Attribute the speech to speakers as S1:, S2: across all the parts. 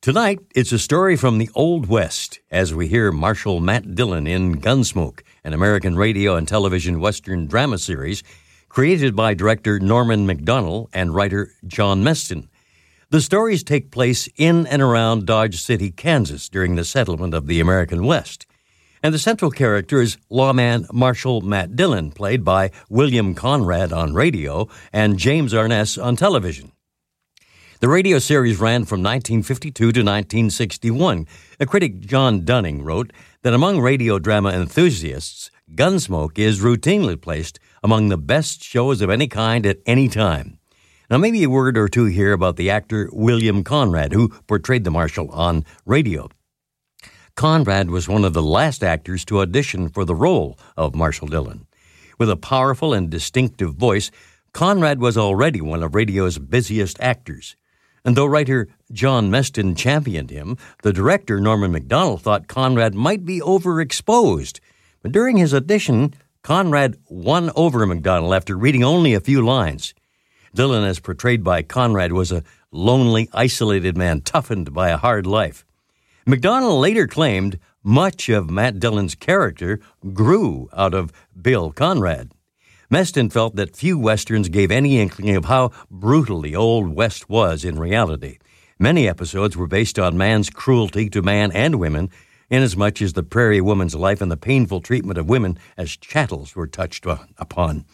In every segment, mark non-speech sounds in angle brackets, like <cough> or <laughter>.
S1: Tonight, it's a story from the Old West as we hear Marshal Matt Dillon in Gunsmoke, an American radio and television Western drama series created by director Norman McDonnell and writer John Meston. The stories take place in and around Dodge City, Kansas during the settlement of the American West. And the central character is lawman Marshal Matt Dillon, played by William Conrad on radio and James Arness on television. The radio series ran from 1952 to 1961. A critic, John Dunning, wrote that among radio drama enthusiasts, Gunsmoke is routinely placed among the best shows of any kind at any time. Now, maybe a word or two here about the actor William Conrad, who portrayed the Marshal on radio. Conrad was one of the last actors to audition for the role of Marshal Dillon. With a powerful and distinctive voice, Conrad was already one of radio's busiest actors. And though writer John Meston championed him, the director, Norman MacDonald, thought Conrad might be overexposed. But during his audition, Conrad won over MacDonald after reading only a few lines. Dylan, as portrayed by Conrad, was a lonely, isolated man toughened by a hard life. MacDonald later claimed much of Matt Dillon's character grew out of Bill Conrad. Meston felt that few Westerns gave any inkling of how brutal the Old West was in reality. Many episodes were based on man's cruelty to man and women, inasmuch as the prairie woman's life and the painful treatment of women as chattels were touched on- upon.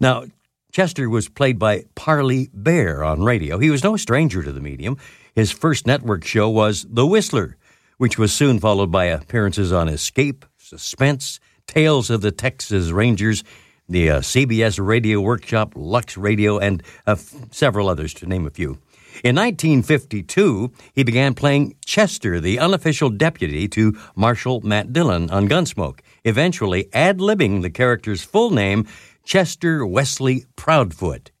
S1: Now, Chester was played by Parley Bear on radio. He was no stranger to the medium. His first network show was The Whistler, which was soon followed by appearances on Escape, Suspense, Tales of the Texas Rangers, the uh, CBS Radio Workshop, Lux Radio, and uh, f- several others, to name a few. In 1952, he began playing Chester, the unofficial deputy to Marshal Matt Dillon on Gunsmoke, eventually ad libbing the character's full name, Chester Wesley Proudfoot.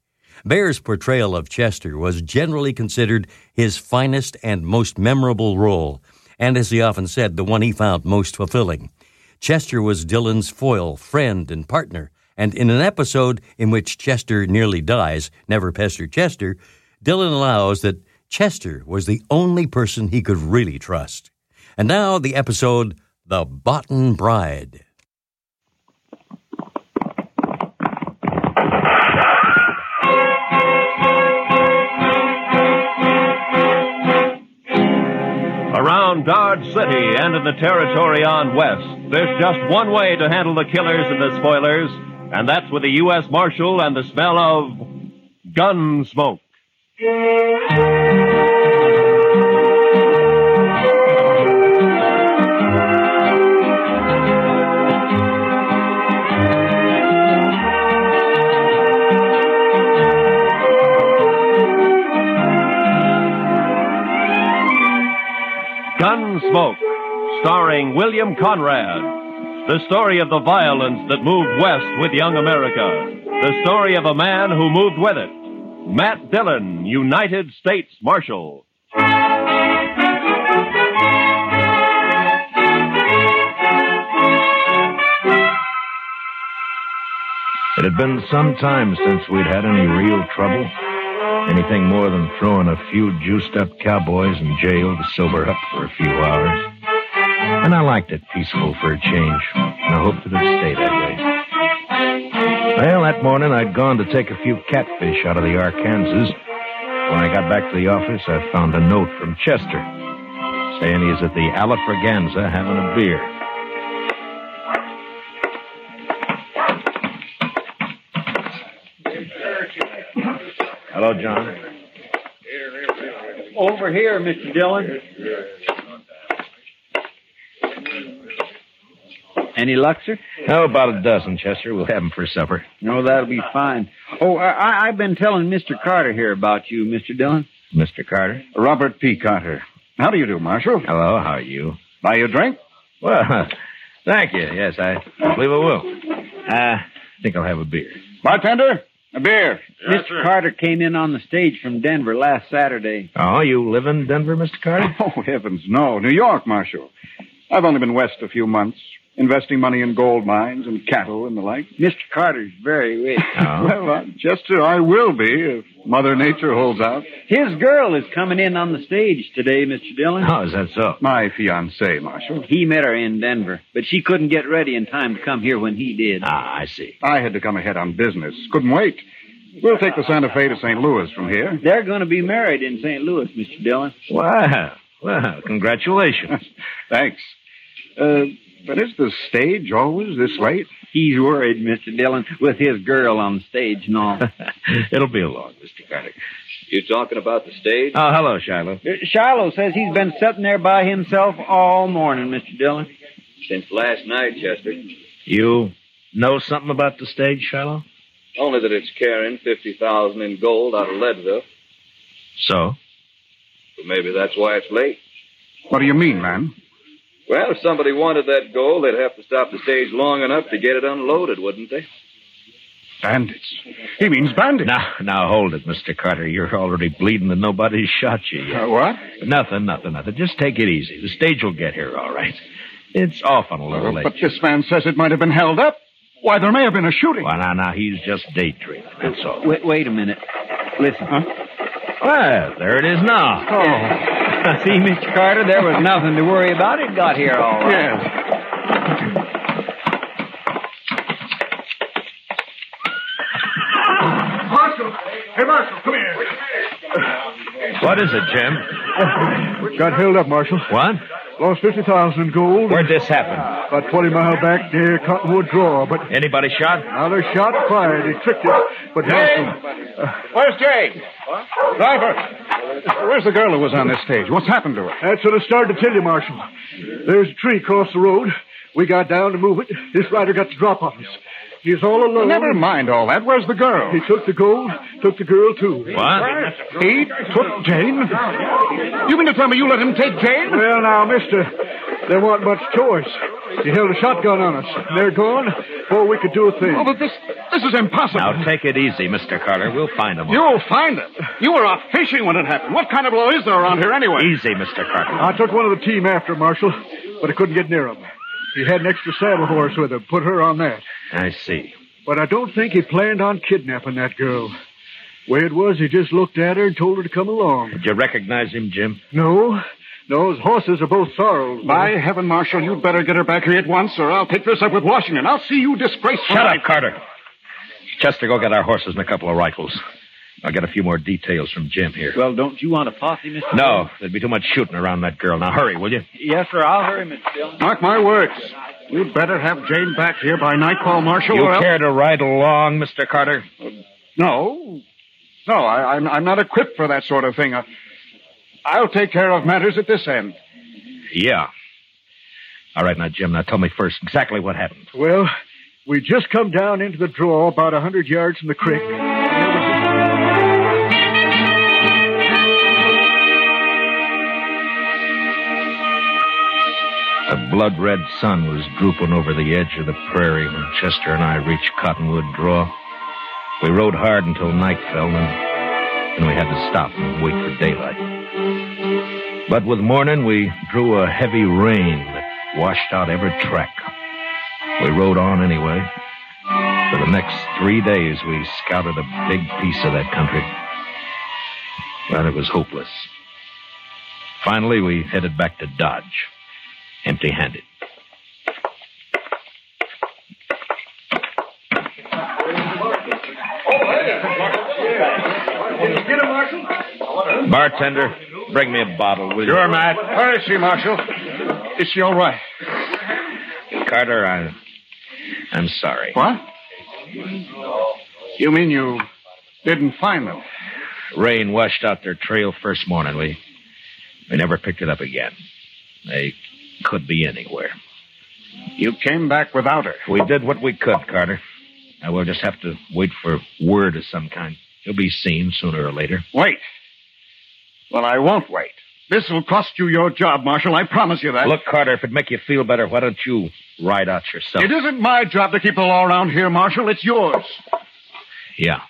S1: Bear's portrayal of Chester was generally considered his finest and most memorable role, and as he often said, the one he found most fulfilling. Chester was Dylan's foil, friend, and partner, and in an episode in which Chester nearly dies, Never Pester Chester, Dylan allows that Chester was the only person he could really trust. And now the episode The Botten Bride.
S2: Around Dodge City and in the territory on West, there's just one way to handle the killers and the spoilers, and that's with the U.S. Marshal and the smell of gun smoke. Gunsmoke, starring William Conrad. The story of the violence that moved west with young America. The story of a man who moved with it. Matt Dillon, United States Marshal.
S3: It had been some time since we'd had any real trouble. Anything more than throwing a few juiced up cowboys in jail to sober up for a few hours. And I liked it peaceful for a change, and I hoped it would stay that way. Well, that morning I'd gone to take a few catfish out of the Arkansas. When I got back to the office, I found a note from Chester saying he's at the Alafraganza having a beer. Hello, John.
S4: Over here, Mr. Dillon. Any luck, sir?
S3: How Oh, about a dozen, Chester? We'll have 'em for supper.
S4: No, that'll be fine. Oh, I, I- I've been telling Mr. Carter here about you, Mr. Dillon.
S3: Mr. Carter.
S4: Robert P. Carter. How do you do, Marshal?
S3: Hello, how are you?
S4: Buy you a drink?
S3: Well, <laughs> thank you. Yes, I believe I will. I think I'll have a beer.
S4: Bartender, a beer. Mr. Carter came in on the stage from Denver last Saturday.
S3: Oh, you live in Denver, Mr. Carter?
S5: <laughs> Oh, heavens, no. New York, Marshal. I've only been west a few months, investing money in gold mines and cattle and the like.
S4: Mr. Carter's very rich.
S3: Oh.
S5: <laughs> Well, uh, Chester, I will be if Mother Nature holds out.
S4: His girl is coming in on the stage today, Mr. Dillon.
S3: oh, is that so?
S5: My fiancée, Marshal.
S4: He met her in Denver, but she couldn't get ready in time to come here when he did.
S3: Ah, I see.
S5: I had to come ahead on business. Couldn't wait. We'll take the Santa Fe to St. Louis from here.
S4: They're going to be married in St. Louis, Mr. Dillon.
S3: Wow. Well,
S5: <laughs>
S3: congratulations.
S5: Thanks. Uh, but is the stage always this late?
S4: He's worried, Mr. Dillon, with his girl on the stage and <laughs> all.
S3: It'll be long, Mr. Carter.
S2: You talking about the stage?
S3: Oh, hello, Shiloh.
S4: Uh, Shiloh says he's been sitting there by himself all morning, Mr. Dillon.
S2: Since last night, Chester.
S3: You know something about the stage, Shiloh?
S2: Only that it's carrying 50000 in gold out of Leadville.
S3: So?
S2: But maybe that's why it's late.
S5: What do you mean, man?
S2: Well, if somebody wanted that gold, they'd have to stop the stage long enough to get it unloaded, wouldn't they?
S5: Bandits. He means bandits.
S3: Now, now hold it, Mr. Carter. You're already bleeding and nobody's shot you yet.
S5: Uh, what?
S3: Nothing, nothing, nothing. Just take it easy. The stage will get here all right. It's often a little late.
S5: Oh, But this man says it might have been held up. Why, there may have been a shooting.
S3: Well, now, now, he's just daydreaming, that's all.
S4: Wait, wait a minute. Listen.
S3: Well, there it is now.
S5: Oh.
S3: <laughs>
S4: See, Mr. Carter, there was nothing to worry about. It got here all right.
S5: Yes.
S3: What is it, Jim?
S5: Got held up, Marshal.
S3: What?
S5: Lost 50,000 in gold.
S3: Where'd this happen?
S5: About 20 mile back near Cottonwood Draw, but
S3: Anybody shot?
S5: another shot fired. He tricked it, but Marshal...
S3: Where's Jay?
S5: Driver! Where's the girl who was on this stage? What's happened to her? That's what I started to tell you, Marshal. There's a tree across the road. We got down to move it. This rider got the drop on us. He's all alone. Never mind all that. Where's the girl? He took the gold, took the girl, too.
S3: What?
S5: He took Jane? You mean to tell me you let him take Jane? Well, now, mister, there wasn't much choice. He held a shotgun on us. and They're gone before we could do a thing. Oh, but this, this is impossible.
S3: Now take it easy, Mr. Carter. We'll find them.
S5: You'll find them. You were off fishing when it happened. What kind of blow is there around here anyway?
S3: Easy, Mr. Carter.
S5: I took one of the team after Marshal, but I couldn't get near him. He had an extra saddle horse with him. Put her on that.
S3: I see.
S5: But I don't think he planned on kidnapping that girl. Way it was, he just looked at her and told her to come along.
S3: Did you recognize him, Jim?
S5: No. No, his horses are both sorrels. By heaven, Marshal, you'd better get her back here at once, or I'll take this up with Washington. I'll see you disgraced.
S3: Shut up, Carter. Chester, go get our horses and a couple of rifles. I'll get a few more details from Jim here.
S4: Well, don't you want a posse, Mr.
S3: No, there'd be too much shooting around that girl. Now hurry, will you?
S4: Yes, sir. I'll hurry, Mr. Dillon.
S5: Mark my words. You'd better have Jane back here by nightfall, Marshal.
S3: You
S5: or else-
S3: care to ride along, Mr. Carter?
S5: No. No, I, I'm, I'm not equipped for that sort of thing. I, I'll take care of matters at this end.
S3: Yeah. All right, now, Jim, now tell me first exactly what happened.
S5: Well, we just come down into the draw about a hundred yards from the creek.
S3: The blood red sun was drooping over the edge of the prairie when Chester and I reached Cottonwood Draw. We rode hard until night fell, and then we had to stop and wait for daylight. But with morning, we drew a heavy rain that washed out every track. We rode on anyway. For the next three days, we scouted a big piece of that country. But it was hopeless. Finally, we headed back to Dodge empty handed. Bartender, bring me a bottle, will you?
S5: Matt. Where is she, Marshal? Is she all right?
S3: Carter, I, I'm sorry.
S5: What? You mean you Didn't find them.
S3: Rain washed out their trail first morning. We we never picked it up again. They could be anywhere.
S5: You came back without her.
S3: We did what we could, Carter. Now we'll just have to wait for word of some kind. She'll be seen sooner or later.
S5: Wait. Well, I won't wait. This will cost you your job, Marshal. I promise you that.
S3: Look, Carter, if it'd make you feel better, why don't you ride out yourself?
S5: It isn't my job to keep the law around here, Marshal. It's yours.
S3: Yeah.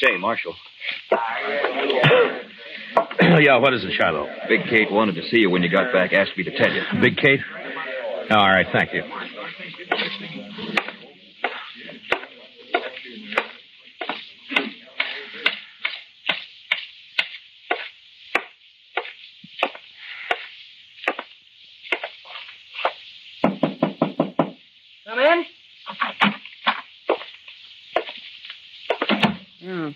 S6: Say, Marshal,
S3: <coughs> yeah, what is it, Shiloh?
S6: Big Kate wanted to see you when you got back. Asked me to tell you.
S3: Big Kate? All right, thank you.
S7: Come in.
S8: Hmm.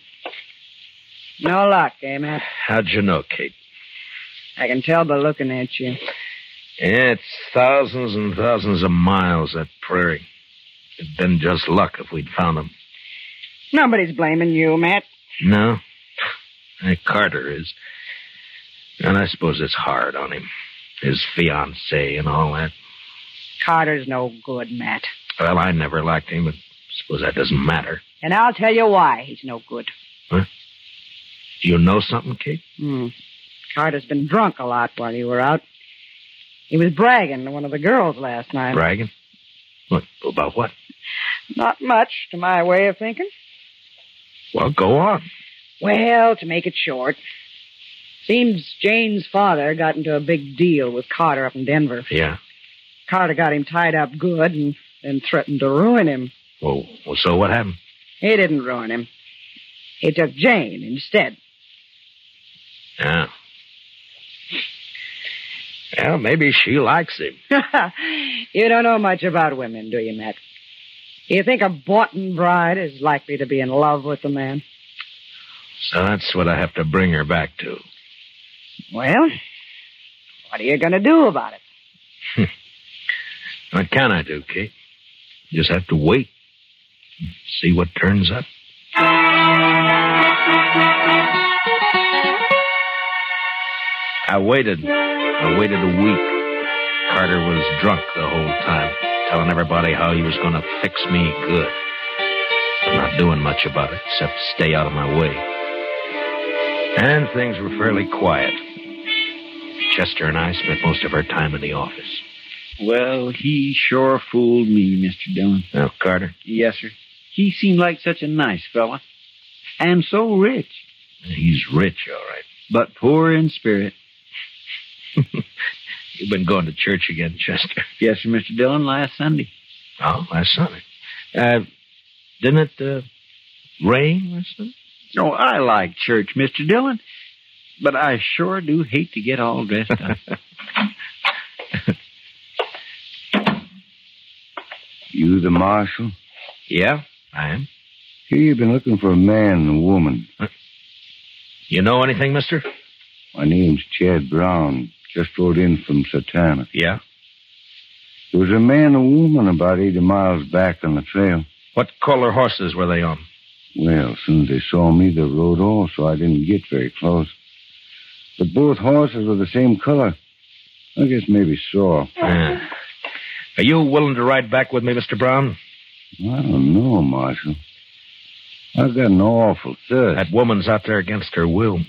S8: No luck, Amos.
S3: How'd you know, Kate?
S8: I can tell by looking at you.
S3: Yeah, it's thousands and thousands of miles that prairie. It'd been just luck if we'd found them.
S8: Nobody's blaming you, Matt.
S3: No. Hey, Carter is. And I suppose it's hard on him. His fiancee and all that.
S8: Carter's no good, Matt.
S3: Well, I never liked him, but I suppose that doesn't matter.
S8: And I'll tell you why he's no good.
S3: Do you know something, Kate?
S8: Hmm. Carter's been drunk a lot while you were out. He was bragging to one of the girls last night.
S3: Bragging? Look, about what?
S8: Not much, to my way of thinking.
S3: Well, go on.
S8: Well, to make it short, seems Jane's father got into a big deal with Carter up in Denver.
S3: Yeah.
S8: Carter got him tied up good and then threatened to ruin him.
S3: Well, well so what happened?
S8: He didn't ruin him. He took Jane instead. <laughs>
S3: Yeah. Well, maybe she likes him.
S8: you don't know much about women, do you, Matt? Do you think a boughten bride is likely to be in love with a man?
S3: So that's what I have to bring her back to.
S8: Well, what are you going to do about it?
S3: What can I do, Kate? Just have to wait. and See what turns up. I waited. I waited a week. Carter was drunk the whole time, telling everybody how he was going to fix me good. I'm not doing much about it, except stay out of my way. And things were fairly quiet. Chester and I spent most of our time in the office.
S8: Well, he sure fooled me, Mr. Dillon.
S3: Now, Carter,
S8: Yes, sir. He seemed like such a nice fella. And so rich,
S3: he's rich, all right.
S8: but poor in spirit.
S3: You've been going to church again, <laughs> Chester.
S8: Yes, sir, Mr. Dillon, last Sunday.
S3: Oh, last Sunday. Uh, didn't it uh, rain last Sunday?
S8: Oh, I like church, Mr. Dillon. But I sure do hate to get all dressed up.
S3: <laughs>
S9: You the marshal?
S3: Yeah, I am.
S9: Here you've been looking for a man and a woman.
S3: You know anything, mister?
S9: My name's Chad Brown. Just rode in from Satana.
S3: Yeah.
S9: There was a man and a woman about 80 miles back on the trail.
S3: What color horses were they on?
S9: Well, as soon as they saw me, they rode off, so I didn't get very close. But both horses were the same color. I guess maybe sore.
S3: Uh, are you willing to ride back with me, Mr. Brown?
S9: I don't know, Marshal. I've got an awful thirst.
S3: That woman's out there against her will.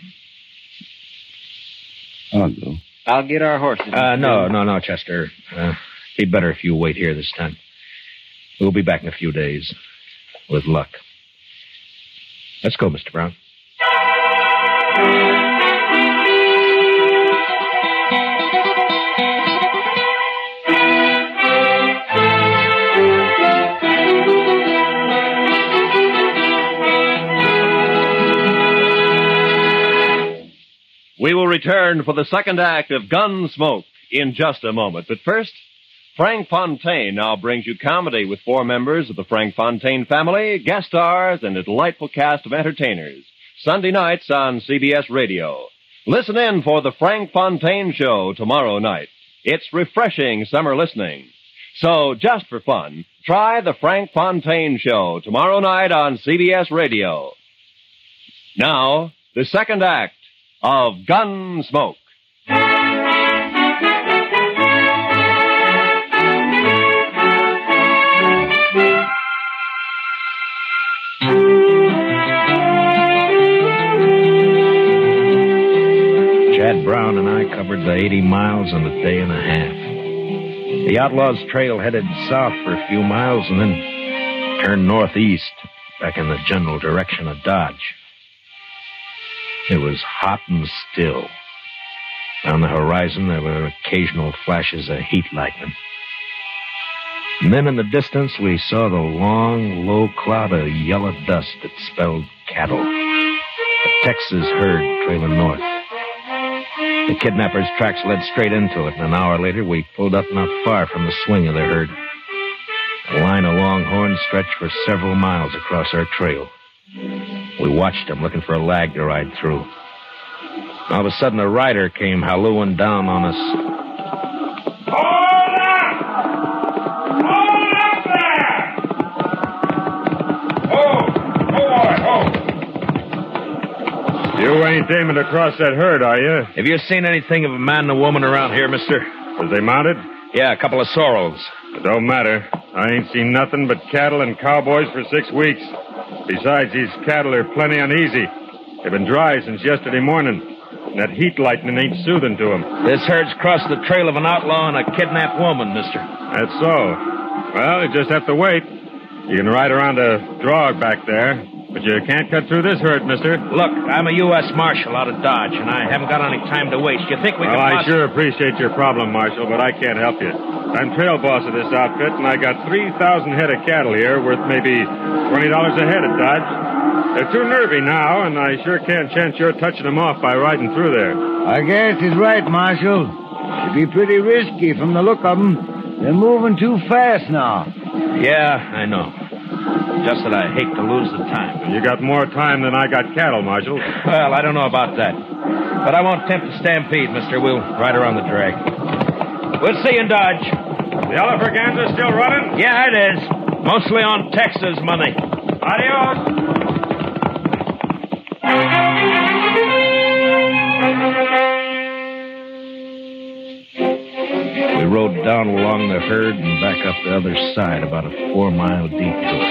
S9: I'll go.
S8: I'll get our horses.
S3: Uh, no, no, no, Chester. Uh, be better if you wait here this time. We'll be back in a few days. With luck. Let's go, Mr. Brown.
S2: We will return for the second act of Gunsmoke in just a moment. But first, Frank Fontaine now brings you comedy with four members of the Frank Fontaine family, guest stars, and a delightful cast of entertainers. Sunday nights on CBS Radio. Listen in for the Frank Fontaine Show tomorrow night. It's refreshing summer listening. So, just for fun, Try the Frank Fontaine Show tomorrow night on CBS Radio. Now, the second act of Gunsmoke.
S3: Chad Brown and I covered the 80 miles in a day and a half. The outlaws' trail headed south for a few miles and then turned northeast, back in the general direction of Dodge. It was hot and still. On the horizon, there were occasional flashes of heat lightning. And then in the distance, we saw the long, low cloud of yellow dust that spelled cattle. A Texas herd trailing north. The kidnapper's tracks led straight into it, and an hour later we pulled up not far from the swing of the herd. A line of longhorns stretched for several miles across our trail. We watched them, looking for a lag to ride through. All of a sudden, a rider came hallooing down on us.
S7: You ain't aiming to cross that herd, are you?
S3: Have you seen anything of a man and a woman around here, mister?
S7: Was they mounted?
S3: Yeah, a couple of sorrels.
S7: It don't matter. I ain't seen nothing but cattle and cowboys for six weeks. Besides, these cattle are plenty uneasy. They've been dry since yesterday morning. And that heat lightning ain't soothing to 'em.
S3: This herd's crossed the trail of an outlaw and a kidnapped woman, mister.
S7: That's so. Well, you just have to wait. You can ride around a drog back there, but you can't cut through this herd, mister.
S3: Look, I'm a U.S. Marshal out of Dodge, and I haven't got any time to waste. You think we
S7: well,
S3: can
S7: I
S3: poss-
S7: sure appreciate your problem, Marshal, but I can't help you. I'm trail boss of this outfit, and I got 3,000 head of cattle here worth maybe $20 a head at Dodge. They're too nervy now, and I sure can't chance your touching them off by riding through there.
S10: I guess he's right, Marshal. It'd be pretty risky from the look of 'em. They're moving too fast now.
S3: Yeah, I know. Just that I hate to lose the time.
S7: You got more time than I got cattle, Marshal.
S3: Well, I don't know about that. But I won't tempt the stampede, mister. We'll ride around the drag. We'll see you in Dodge.
S7: The Elephagansas still running?
S3: Yeah, it is. Mostly on Texas money.
S7: Adios.
S3: We rode down along the herd and back up the other side, about a four mile detour.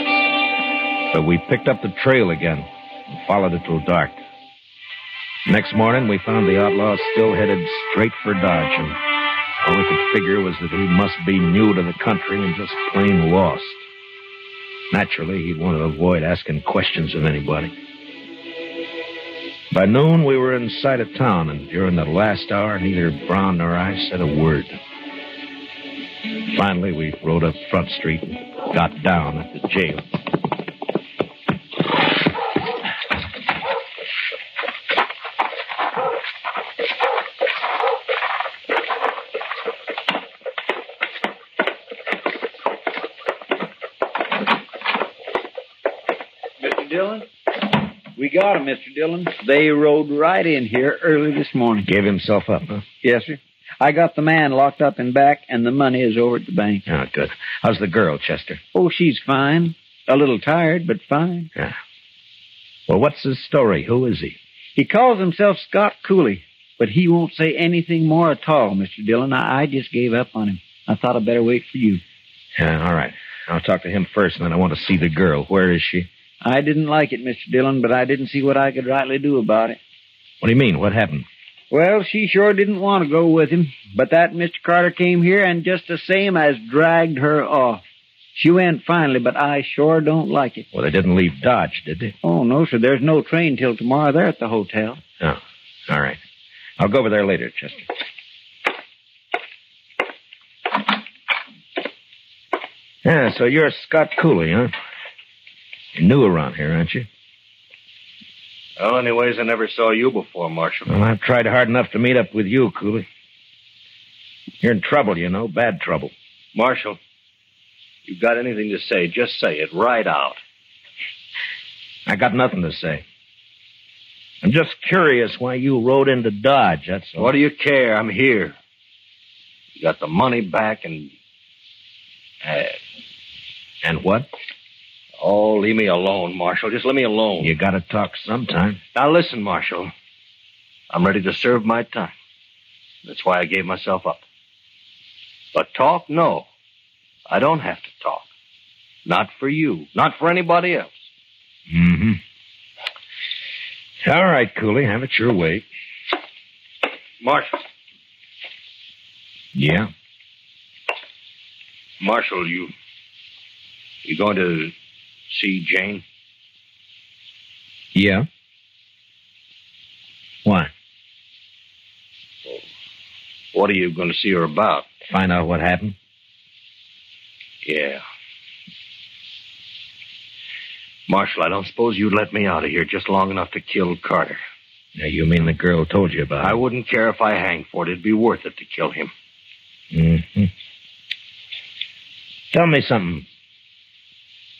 S3: But we picked up the trail again and followed it till dark. Next morning, we found the outlaw still headed straight for Dodge, and all we could figure was that he must be new to the country and just plain lost. Naturally, he'd want to avoid asking questions of anybody. By noon, we were in sight of town, and during the last hour, neither Brown nor I said a word. Finally, we rode up Front Street and got down at the jail.
S4: Mr. Dillon? We got 'em, Mr. Dillon. They rode right in here early this morning.
S3: Gave himself up, huh?
S4: Yes, sir. I got the man locked up in back, and the money is over at the bank.
S3: Oh, good. How's the girl, Chester?
S4: Oh, she's fine. A little tired, but fine.
S3: Yeah. Well, what's his story? Who is he?
S4: He calls himself Scott Cooley, but he won't say anything more at all, Mr. Dillon. I, I just gave up on him. I thought I'd better wait for you.
S3: Yeah, all right. I'll talk to him first, and then I want to see the girl. Where is she?
S4: I didn't like it, Mr. Dillon, but I didn't see what I could rightly do about it.
S3: What do you mean? What happened?
S4: Well, she sure didn't want to go with him, but that Mr. Carter came here and just the same as dragged her off. She went finally, but I sure don't like it.
S3: Well, they didn't leave Dodge, did they?
S4: Oh, no, sir. There's no train till tomorrow. They're at the hotel.
S3: Oh, all right. I'll go over there later, Chester. Yeah, so you're Scott Cooley, huh? You're new around here, aren't you?
S11: Well, anyways, I never saw you before, Marshal.
S3: Well, I've tried hard enough to meet up with you, Cooley. You're in trouble, you know, bad trouble.
S11: Marshal, you got anything to say, just say it right out.
S3: I got nothing to say. I'm just curious why you rode into Dodge, that's all.
S11: What do you care? I'm here. You got the money back and. Uh, And what? Oh, leave me alone, Marshal. Just let me alone. You gotta talk sometime. Now listen, Marshal. I'm ready to serve my time. That's why I gave myself up. But talk, no. I don't have to talk. Not for you. Not for anybody else.
S3: Mm-hmm. All right, Cooley, have it your way.
S11: Marshal.
S3: Yeah.
S11: Marshal, you. You going to see Jane?
S3: Yeah. Why?
S11: What are you going to see her about?
S3: Find out what happened.
S11: Yeah. Marshal, I don't suppose you'd let me out of here just long enough to kill Carter.
S3: Now, you mean the girl told you about
S11: I wouldn't care if I hanged for it. It'd be worth it to kill him.
S3: it? hmm Tell me something.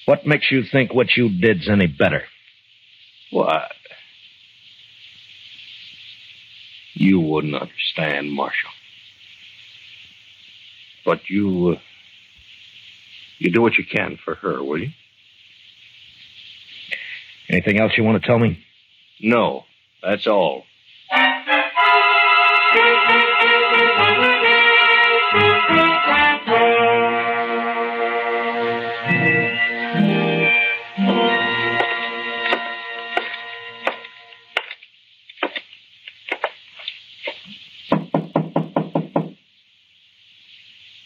S3: What makes you think what you did's any better?
S11: What? You wouldn't understand, Marshal. But you. Uh, you do what you can for her, will you?
S3: Anything else you want to tell me?
S11: No, that's all.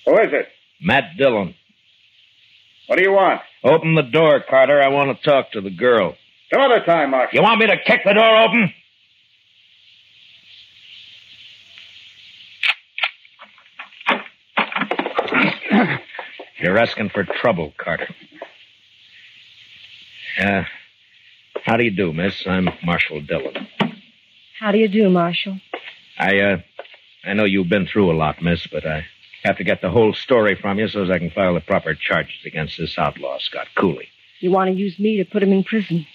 S5: Who is it?
S3: Matt Dillon.
S5: What do you want?
S3: Open the door, Carter. I want to talk to the girl.
S5: Some other time, Marshal.
S3: You want me to kick the door open? You're asking for trouble, Carter. Uh, how do you do, miss? I'm Marshal Dillon.
S12: How do you do, Marshal?
S3: I, uh, I know you've been through a lot, miss, but I have to get the whole story from you so as I can file the proper charges against this outlaw, Scott Cooley.
S12: You want to use me to put him in prison. Is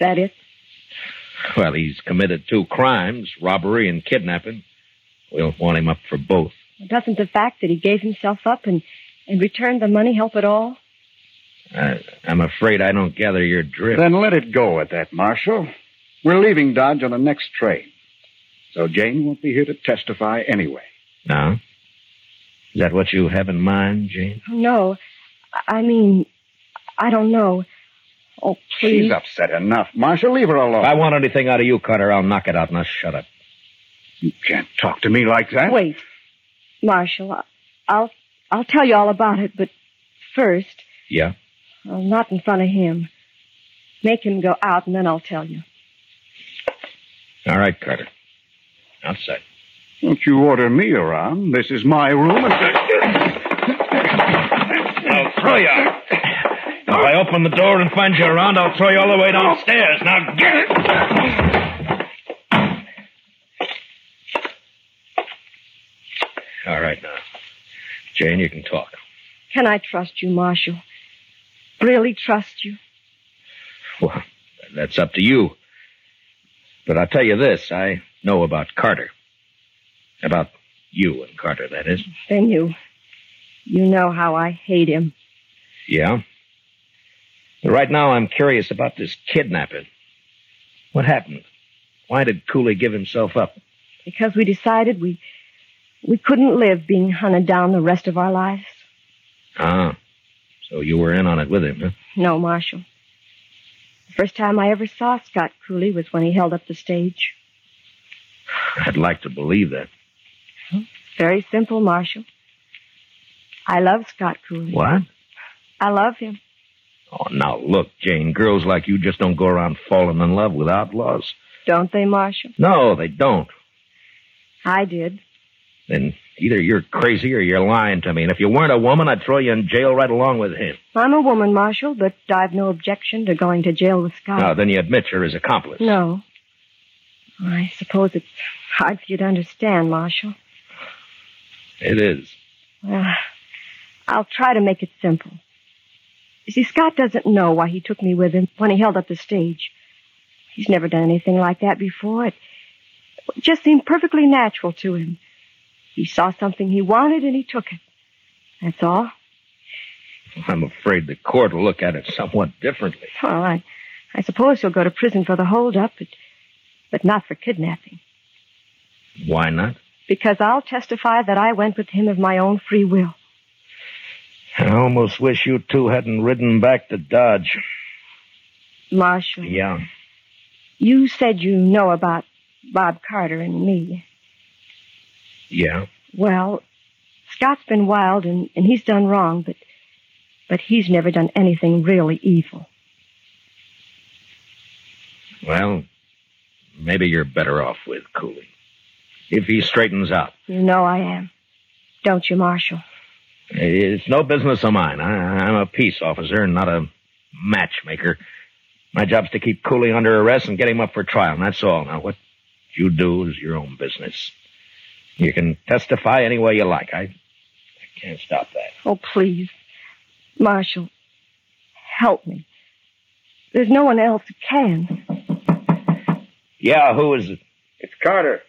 S12: that it?
S3: Well, he's committed two crimes robbery and kidnapping. We'll want him up for both.
S12: Doesn't the fact that he gave himself up and, and returned the money help at all?
S3: I, I'm afraid I don't gather your drift.
S5: Then let it go at that, Marshal. We're leaving Dodge on the next train. So Jane won't be here to testify anyway.
S3: No? Is that what you have in mind, Jane?
S12: Oh, No. I I mean, I don't know. Oh, please.
S5: She's upset enough. Marshal, leave her
S3: If
S5: alone.
S3: I want anything out of you, Carter, I'll knock it out. Now shut up.
S5: You can't talk to me like that.
S12: Wait. Marshal, I- I'll, I'll tell you all about it, but first,
S3: Yeah?
S12: well, not in front of him. Make him go out, and then I'll tell you.
S3: All right, Carter. Outside.
S5: Don't you order me around. This is my room.
S3: I'll throw you. If I open the door and find you around, I'll throw you all the way downstairs. Now get it. All right, now. Jane, you can talk.
S12: Can I trust you, Marshal? Really trust you?
S3: Well, that's up to you. But I'll tell you this I know about Carter. About you and Carter, that is.
S12: Then you. You know how I hate him.
S3: Yeah? But right now, I'm curious about this kidnapping. What happened? Why did Cooley give himself up?
S12: because we decided we we couldn't live being hunted down the rest of our lives.
S3: Ah. So you were in on it with him, huh?
S12: No, Marshal. The first time I ever saw Scott Cooley was when he held up the stage.
S3: I'd like to believe that.
S12: Very simple, Marshal. I love Scott Cooley.
S3: What?
S12: I love him.
S3: Oh, now look, Jane, girls like you just don't go around falling in love with outlaws.
S12: Don't they, Marshal?
S3: No, they don't.
S12: I did.
S3: Then either you're crazy or you're lying to me. And if you weren't a woman, I'd throw you in jail right along with him.
S12: I'm a woman, Marshal, but I've no objection to going to jail with
S3: Now,
S12: Scott.
S3: then you admit you're his accomplice.
S12: Oh. no. I suppose it's hard for you to understand, Marshal.
S3: It is.
S12: Well, I'll try to make it simple. You see, Scott doesn't know why he took me with him when he held up the stage. He's never done anything like that before. It it just seemed perfectly natural to him. He saw something he wanted and he took it. That's all.
S3: I'm afraid the court will look at it somewhat differently.
S12: Well, I, I suppose he'll go to prison for the holdup, but, but not for kidnapping.
S3: Why not?
S12: Because I'll testify that I went with him of my own free will.
S3: I almost wish you two hadn't ridden back to Dodge.
S12: Marshal,
S3: Yeah.
S12: you said you know about Bob Carter and me.
S3: Yeah.
S12: Well, Scott's been wild and, and he's done wrong, but, but he's never done anything really evil.
S3: Well, maybe you're better off with Cooley. If he straightens out.
S12: You know I am. Don't you, Marshal?
S3: It's no business of mine. I, I'm a peace officer, not a matchmaker. My job's to keep Cooley under arrest and get him up for trial, and that's all. Now, what you do is your own business. You can testify any way you like. I, I can't stop that.
S12: Oh, please. Marshal, help me. There's no one else who can.
S3: Yeah, who is it?
S5: It's Carter.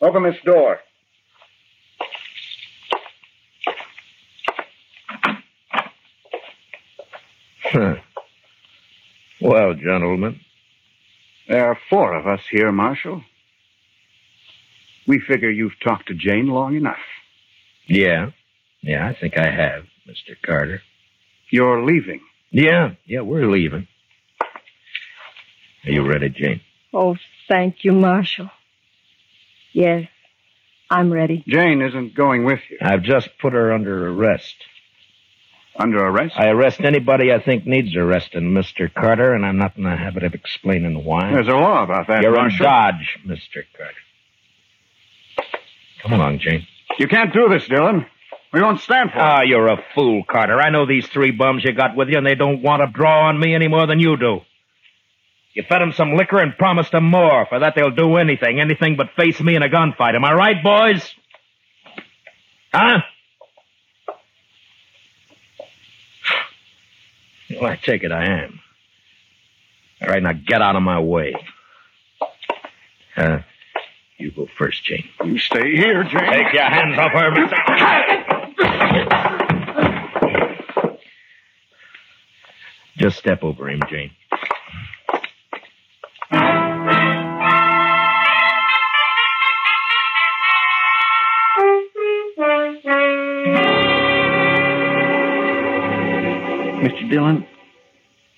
S5: Open this door.
S3: Huh. <laughs> Well, gentlemen.
S5: There are four of us here, Marshal. We figure you've talked to Jane long enough.
S3: Yeah. Yeah, I think I have, Mr. Carter.
S5: You're leaving.
S3: Yeah, yeah, we're leaving. Are you ready, Jane?
S12: Oh, thank you, Marshal. Yes, I'm ready.
S5: Jane isn't going with you.
S3: I've just put her under arrest.
S5: Under arrest?
S3: I arrest anybody I think needs arresting, Mr. Carter, and I'm not in the habit of explaining why.
S5: There's a law about that,
S3: You're
S5: Marshal.
S3: on Dodge, Mr. Carter. Come along, Jane.
S5: You can't do this, Dillon. We won't stand for it.
S3: Ah, you're a fool, Carter. I know these three bums you got with you, and they don't want to draw on me any more than you do. You fed 'em some liquor and promised 'em more. For that, they'll do anything, anything but face me in a gunfight. Am I right, boys? Huh? Well, I take it I am. All right, now get out of my way. Uh, you go first, Jane.
S5: You stay here, Jane.
S3: Take your hands off her, Mr. Just step over him, Jane.
S4: Mr. Dillon,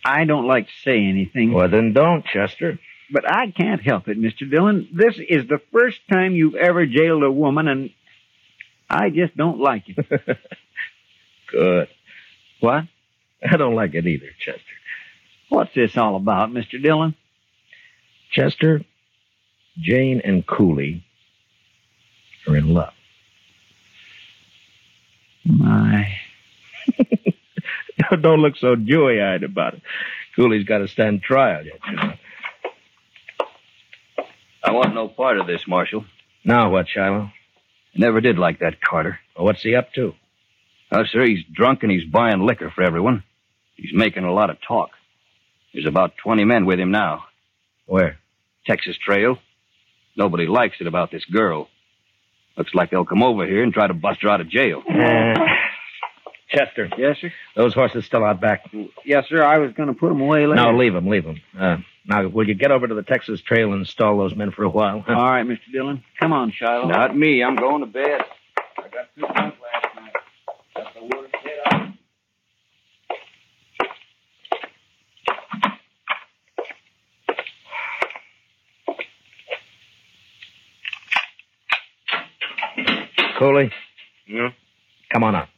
S4: I don't like to say anything.
S3: Well, then don't, Chester.
S4: But I can't help it, Mr. Dillon. This is the first time you've ever jailed a woman, and I just don't like it.
S3: <laughs> Good.
S4: What?
S3: I don't like it either, Chester.
S4: What's this all about, Mr. Dillon?
S3: Chester, Jane and Cooley are in love.
S4: My.
S3: <laughs> don't look so dewy-eyed about it. Cooley's got to stand trial yet.
S13: I want no part of this, Marshal.
S3: Now what, Shiloh?
S13: Never did like that Carter.
S3: Well, what's he up to?
S13: Oh, sir, he's drunk and he's buying liquor for everyone. He's making a lot of talk. There's about 20 men with him now.
S3: Where?
S13: Texas Trail. Nobody likes it about this girl. Looks like they'll come over here and try to bust her out of jail.
S3: <laughs> Chester.
S4: Yes, sir?
S3: Those horses still out back.
S4: Yes, sir. I was going to put him away later.
S3: No, leave them, leave them. Uh, now, will you get over to the Texas Trail and stall those men for a while?
S4: All right, Mr. Dillon. Come on, Shiloh.
S13: Not me. I'm going to bed.
S3: Cooley,
S13: Yeah?
S3: come on up.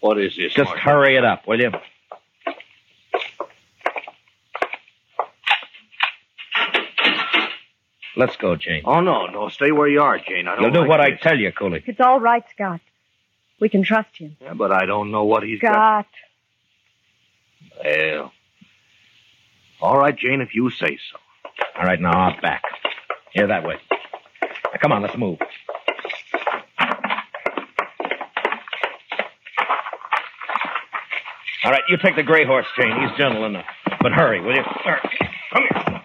S13: What is this?
S3: Just
S13: Marshal?
S3: hurry it up, will you? Let's go, Jane.
S13: Oh, no, no. Stay where you are, Jane. I don't
S3: You'll do
S13: like
S3: what
S13: this.
S3: I tell you, Cooley.
S12: It's all right, Scott. We can trust him.
S13: Yeah, but I don't know what he's got.
S12: Scott.
S13: Well. All right, Jane, if you say so.
S3: All right, now out back. Here, that way. Now, come on, let's move. All right, you take the gray horse, Jane. He's gentle enough. But hurry, will you? All right.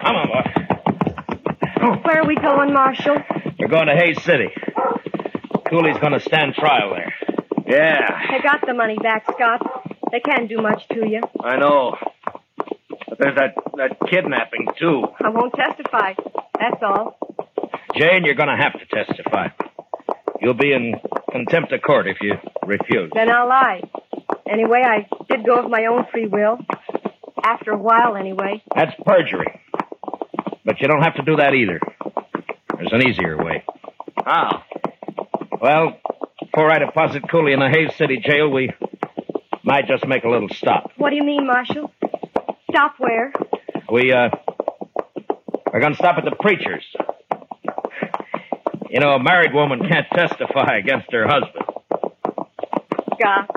S3: Come on, boy.
S12: Where are we going, Marshal?
S3: We're going to Hayes City. Cooley's going to stand trial there.
S14: Yeah,
S12: They got the money back, Scott. They can't do much to you.
S14: I know. But there's that, that kidnapping, too.
S12: I won't testify. That's all.
S3: Jane, you're going to have to testify. You'll be in contempt of court if you refuse.
S12: Then I'll lie. Anyway, I did go of my own free will. After a while, anyway.
S3: That's perjury. But you don't have to do that either. There's an easier way.
S14: How?
S3: Well, before I deposit Cooley in the Hayes City jail, we might just make a little stop.
S12: What do you mean, Marshal? Stop where?
S3: We, uh, are going to stop at the preacher's. You know, a married woman can't testify against her husband.
S12: Scott.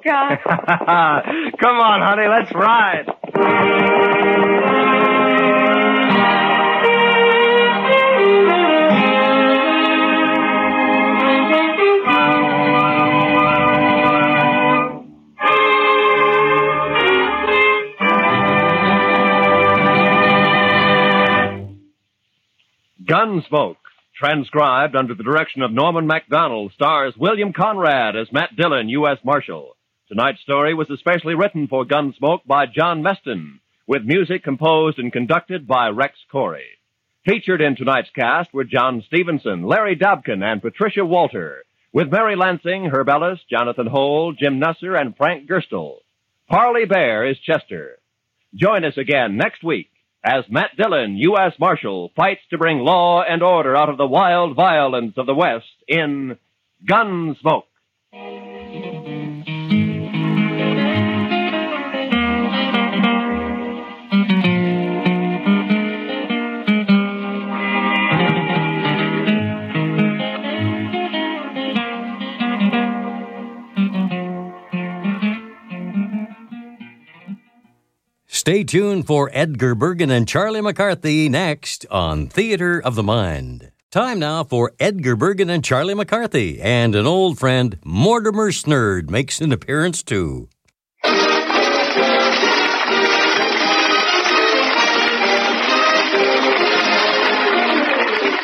S12: Scott.
S14: <laughs> Come on, honey, let's ride.
S2: Gunsmoke, transcribed under the direction of Norman MacDonald, stars William Conrad as Matt Dillon, U.S. Marshal. Tonight's story was especially written for Gunsmoke by John Meston, with music composed and conducted by Rex Corey. Featured in tonight's cast were John Stevenson, Larry Dobkin, and Patricia Walter, with Mary Lansing, Herb Ellis, Jonathan Hole, Jim Nusser, and Frank Gerstel. Parley Bear is Chester. Join us again next week as Matt Dillon, U.S. Marshal, fights to bring law and order out of the wild violence of the West in Gunsmoke.
S1: Stay tuned for Edgar Bergen and Charlie McCarthy next on Theater of the Mind. Time now for Edgar Bergen and Charlie McCarthy, and an old friend, Mortimer Snurd, makes an appearance too.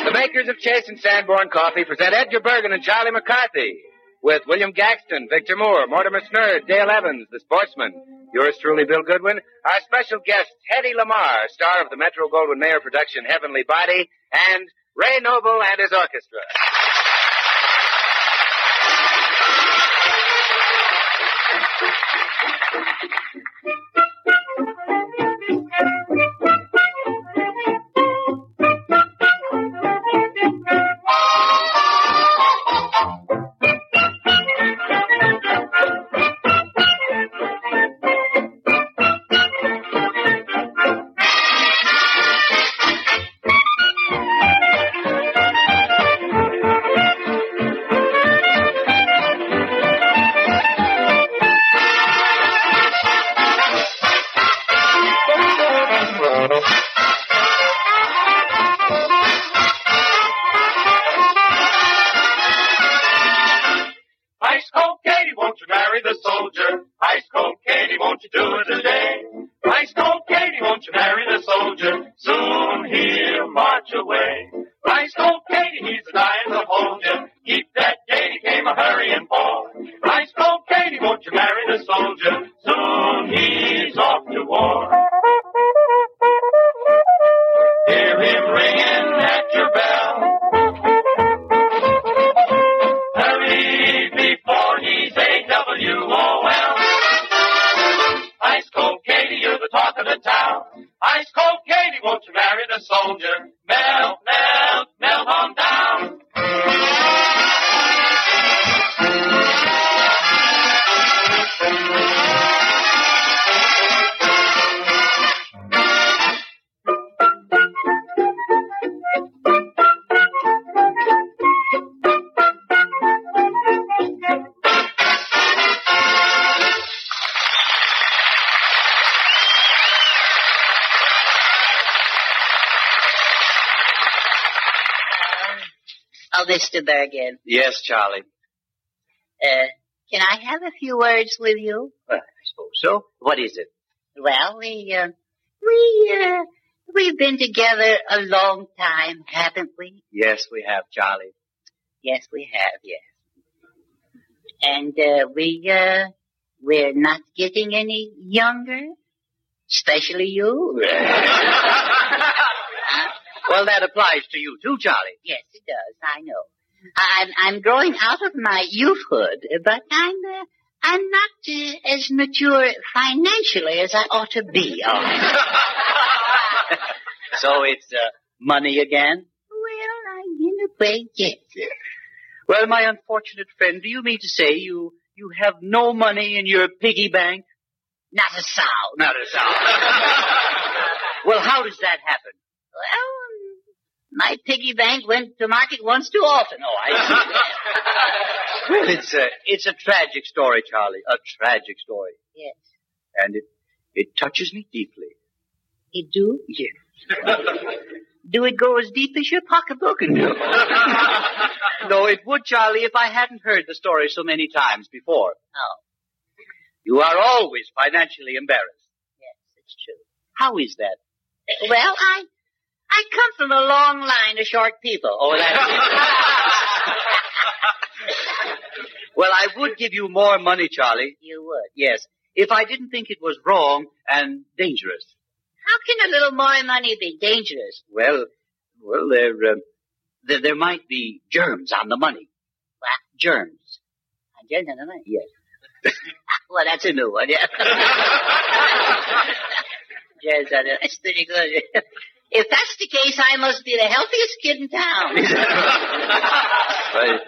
S15: The makers of Chase and Sanborn Coffee present Edgar Bergen and Charlie McCarthy with William Gaxton, Victor Moore, Mortimer Snurd, Dale Evans, the sportsman, yours truly, Bill Goodwin, our special guest, Hetty Lamar, star of the Metro Goldwyn Mayer production Heavenly Body, and Ray Noble and his orchestra.
S11: Ice cold Katie, won't you marry the soldier? Ice cold Katie, won't you do it today? Ice cold Katie, won't you marry the soldier? Soon he'll march away. Ice cold Katie, he's a dying to hold you. Keep that Katie, came a hurrying
S16: Oh,
S11: for. Ice cold Katie, won't you marry the soldier? Soon he's off to war. Hear him ringing at your bell. Hurry before he's A-W-O-L. Ice cold Katie, you're the talk of the town. Ice cold Katie, won't you marry the soldier? Melt, melt, melt on down.
S17: Oh, Mr. Bergen,
S15: Yes, Charlie.
S17: uh, can I have a few words with you?
S15: Well, I suppose so. What is it?
S17: Well, we, uh, we, uh, we've been together a long time, haven't we?
S15: Yes, we have, Charlie.
S17: Yes, we have, yes. And uh, we, uh, we're not getting any younger, especially
S18: <laughs>
S17: you.
S18: Well, that applies to you too, Charlie.
S17: yes, it does, I know. I- I'm, I'm growing out of my youthhood, but I'm, uh, I'm not uh, as mature financially as I ought to be. Oh, all right.
S18: So it's uh, money again?
S17: In a way, yes.
S18: Well, my unfortunate friend, do you mean to say you you have no money in your piggy bank?
S17: Not a sound.
S18: Not a
S11: <laughs>
S18: sound. well, how does that happen?
S17: Well, um, my piggy bank went to market once too often. Oh, I
S18: <laughs>
S17: see.
S18: Well, it's a it's a tragic story, Charlie. A tragic story,
S17: yes.
S18: and it it touches me deeply.
S17: It do?
S18: Yes.
S17: <laughs> Do it go as deep as your pocketbook can
S18: <laughs>
S17: do?
S18: Though it would, Charlie, if I hadn't heard the story so many times before.
S17: Oh,
S18: You are always financially embarrassed.
S17: yes, it's true.
S18: How is that?
S17: Well, I, I come from a long line of short people. Oh,
S18: Well, I would give you more money, Charlie.
S17: <laughs> You would.
S18: Yes, if I didn't think it was wrong and dangerous.
S17: How can a little more money be dangerous?
S18: Well, well, there, uh, there, there might be germs on the money.
S17: What?
S18: Germs.
S17: I don't know the
S18: <laughs>
S17: money.
S18: Yes.
S17: Well, that's a new one,
S18: <laughs>
S17: yeah. yes, I know. That's pretty good. If that's the case, I must be the healthiest kid in town.
S18: Well,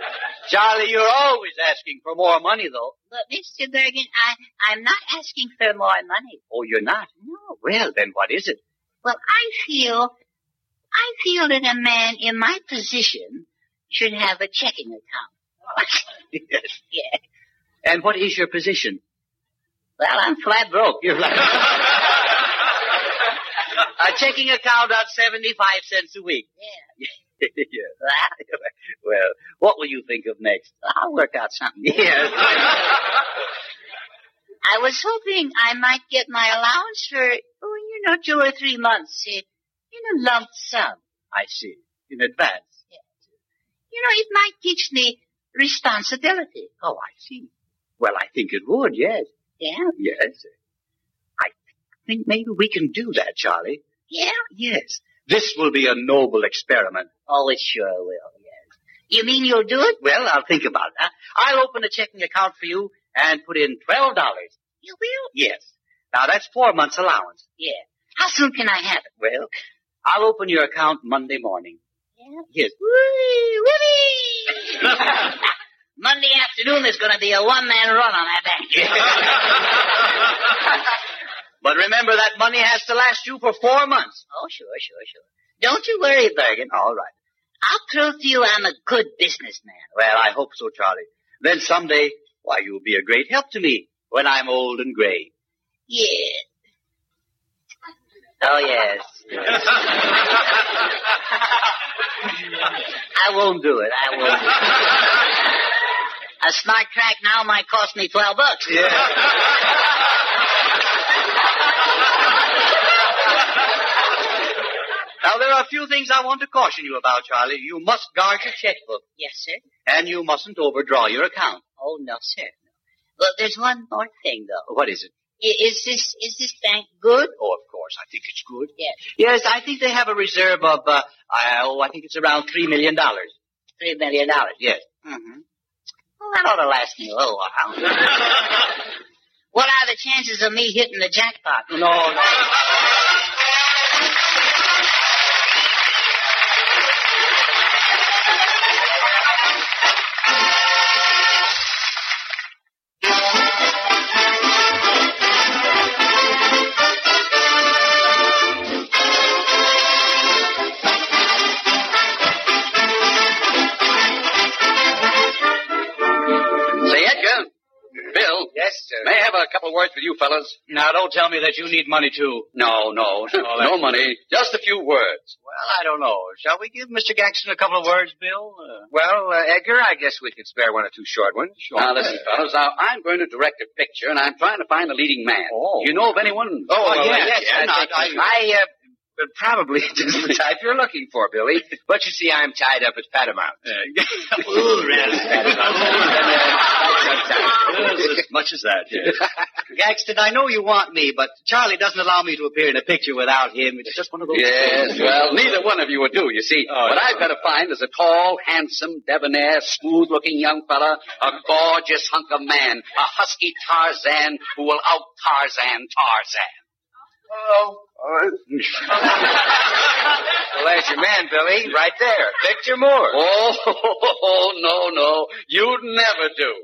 S18: Charlie, you're always asking for more money, though.
S17: But, Mr. Bergen, I, I'm not asking for more money.
S18: Oh, you're not.
S17: No.
S18: Well, then what <laughs> is it?
S17: Well, I feel, I feel that a man in my position should have a checking account.
S18: yes.
S17: yeah.
S18: And what is your position?
S17: Well, I'm flat broke.
S18: You're like <laughs> a checking account on seventy-five cents a week. <laughs> Yeah. Well, what will you think of next?
S17: I'll work out something.
S18: Yes.
S17: I was hoping I might get my allowance for, oh, you know, two or three months eh, in a lump sum.
S18: I see. In advance.
S17: You know, it might teach me responsibility.
S18: Oh, I see. Well, I think it would. Yes.
S17: Yeah?
S18: Yes. I think maybe we can do that, Charlie.
S17: Yeah?
S18: Yes. This will be a noble experiment.
S17: Oh, it sure will. You mean you'll do it?
S18: Well, I'll think about it. I'll open a checking account for you and put in twelve dollars.
S17: You will?
S18: Yes. Now that's four months allowance.
S17: Yeah. How soon can I have it?
S18: Well, I'll open your account Monday morning.
S17: Yeah?
S18: Yes.
S17: Whee! Whoopee! <laughs> Monday afternoon there's going to be a one-man run on that bank.
S18: But remember that money has to last you for four months.
S17: Oh, sure, sure, sure. Don't you worry, Bergen.
S18: All right.
S17: I'll prove to you I'm a good businessman.
S18: Well, I hope so, Charlie. Then someday, why, you'll be a great help to me when I'm old and gray. <laughs>
S17: Yeah. Oh,
S18: <laughs>
S17: yes. I won't do it. I won't. a smart crack now might cost me 12 bucks.
S18: Now, there are a few things I want to caution you about, Charlie. You must guard your checkbook,
S17: Yes, sir.
S18: and you mustn't overdraw your account.
S17: Oh, no, sir. Well, there's one more thing, though.
S18: What is it?
S17: I- Is this, is this bank good?
S18: Oh, of course. I think it's good.
S17: Yes.
S18: Yes, I think they have a reserve of, uh, I, oh, I think it's around $3 million.
S17: Three million dollars.
S18: Yes.
S17: Mm-hmm. Well, that ought to last me a little
S18: <laughs>
S17: while. what are the chances of me hitting the jackpot?
S18: No, no.
S19: Say, Edgar. Bill.
S18: Yes, sir.
S19: May I have a couple of words with you fellas?
S18: Now, don't tell me that you need money, too. <laughs>
S19: No, no. No,
S18: that's-
S19: money. Just a few words.
S18: Well, I don't know. Shall we give Mr. Gaxton a couple of words, Bill? Uh,
S19: Well, uh, Edgar, I guess we can spare one or two short ones. Sure. Now, listen, fellas. Now, I'm going to direct a picture, and I'm trying to find a leading man. Oh. You know of anyone?
S18: Oh, well, yes, yes,
S19: I,
S18: I- I-
S19: I, uh,
S15: Probably <laughs> just the type you're looking for, Billy. But you see, I'm tied up at Patamount. <laughs> Ooh, really?
S18: as much as that. Yes. Gaxton, I know you want me, but Charlie doesn't allow me to appear in a picture without him. It's just one of those.
S15: <laughs>
S19: Yes, well, neither one of you would do, you see.
S15: Oh,
S19: what
S18: yeah.
S19: I've got to find is a tall, handsome, debonair, smooth-looking young fella, a gorgeous hunk of man, a husky Tarzan who will out Tarzan Tarzan.
S15: Hello. well, there's your man, Billy, right there. Victor Moore.
S19: Oh, <laughs> no, no, you'd never do.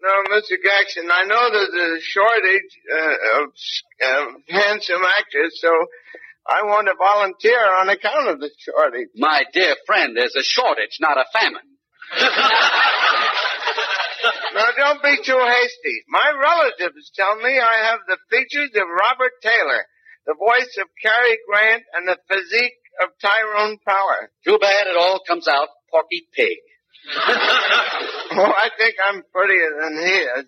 S16: No, Mr. Gaxton, I know there's a shortage uh, of uh, handsome actors, so I want to volunteer on account of the shortage.
S19: My dear friend, there's a shortage, not a famine.
S16: Now, don't be too hasty. My relatives tell me I have the features of Robert Taylor, the voice of Cary Grant, and the physique of Tyrone Power.
S19: Too bad it all comes out Porky Pig.
S16: <laughs> Oh, I think I'm prettier than he is.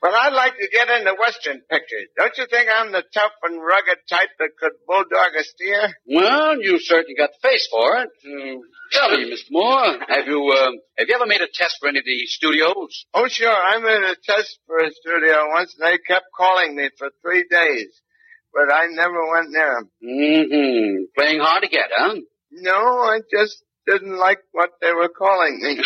S16: But I'd like to get into Western pictures. Don't you think I'm the tough and rugged type that could bulldog a steer?
S19: Well, you certainly got the face for it. Uh, tell me, Mr. Moore, have you um, have you ever made a test for any of the studios?
S16: Oh, sure. I made a test for a studio once, and they kept calling me for three days. But I never went near 'em.
S19: Mm-hmm. Playing hard to get, huh?
S16: No, I just didn't like what they were calling
S19: <laughs>
S16: me.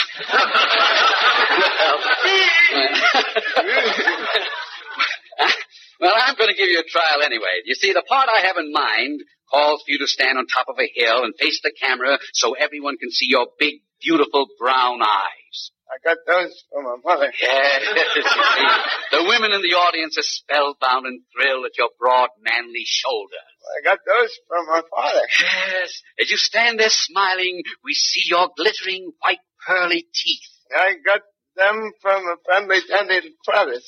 S19: Well, I'm going to give you a trial anyway. You see, the part I have in mind calls for you to stand on top of a hill and face the camera so everyone can see your big, beautiful brown eyes.
S16: I got those from my mother.
S19: Yes, you see.
S16: <laughs>
S19: the women in the audience are spellbound and thrilled at your broad, manly shoulder.
S16: I got those from my father.
S19: Yes. As you stand there smiling, we see your glittering white <laughs> pearly teeth.
S16: I got them from a friendly tenant Travis.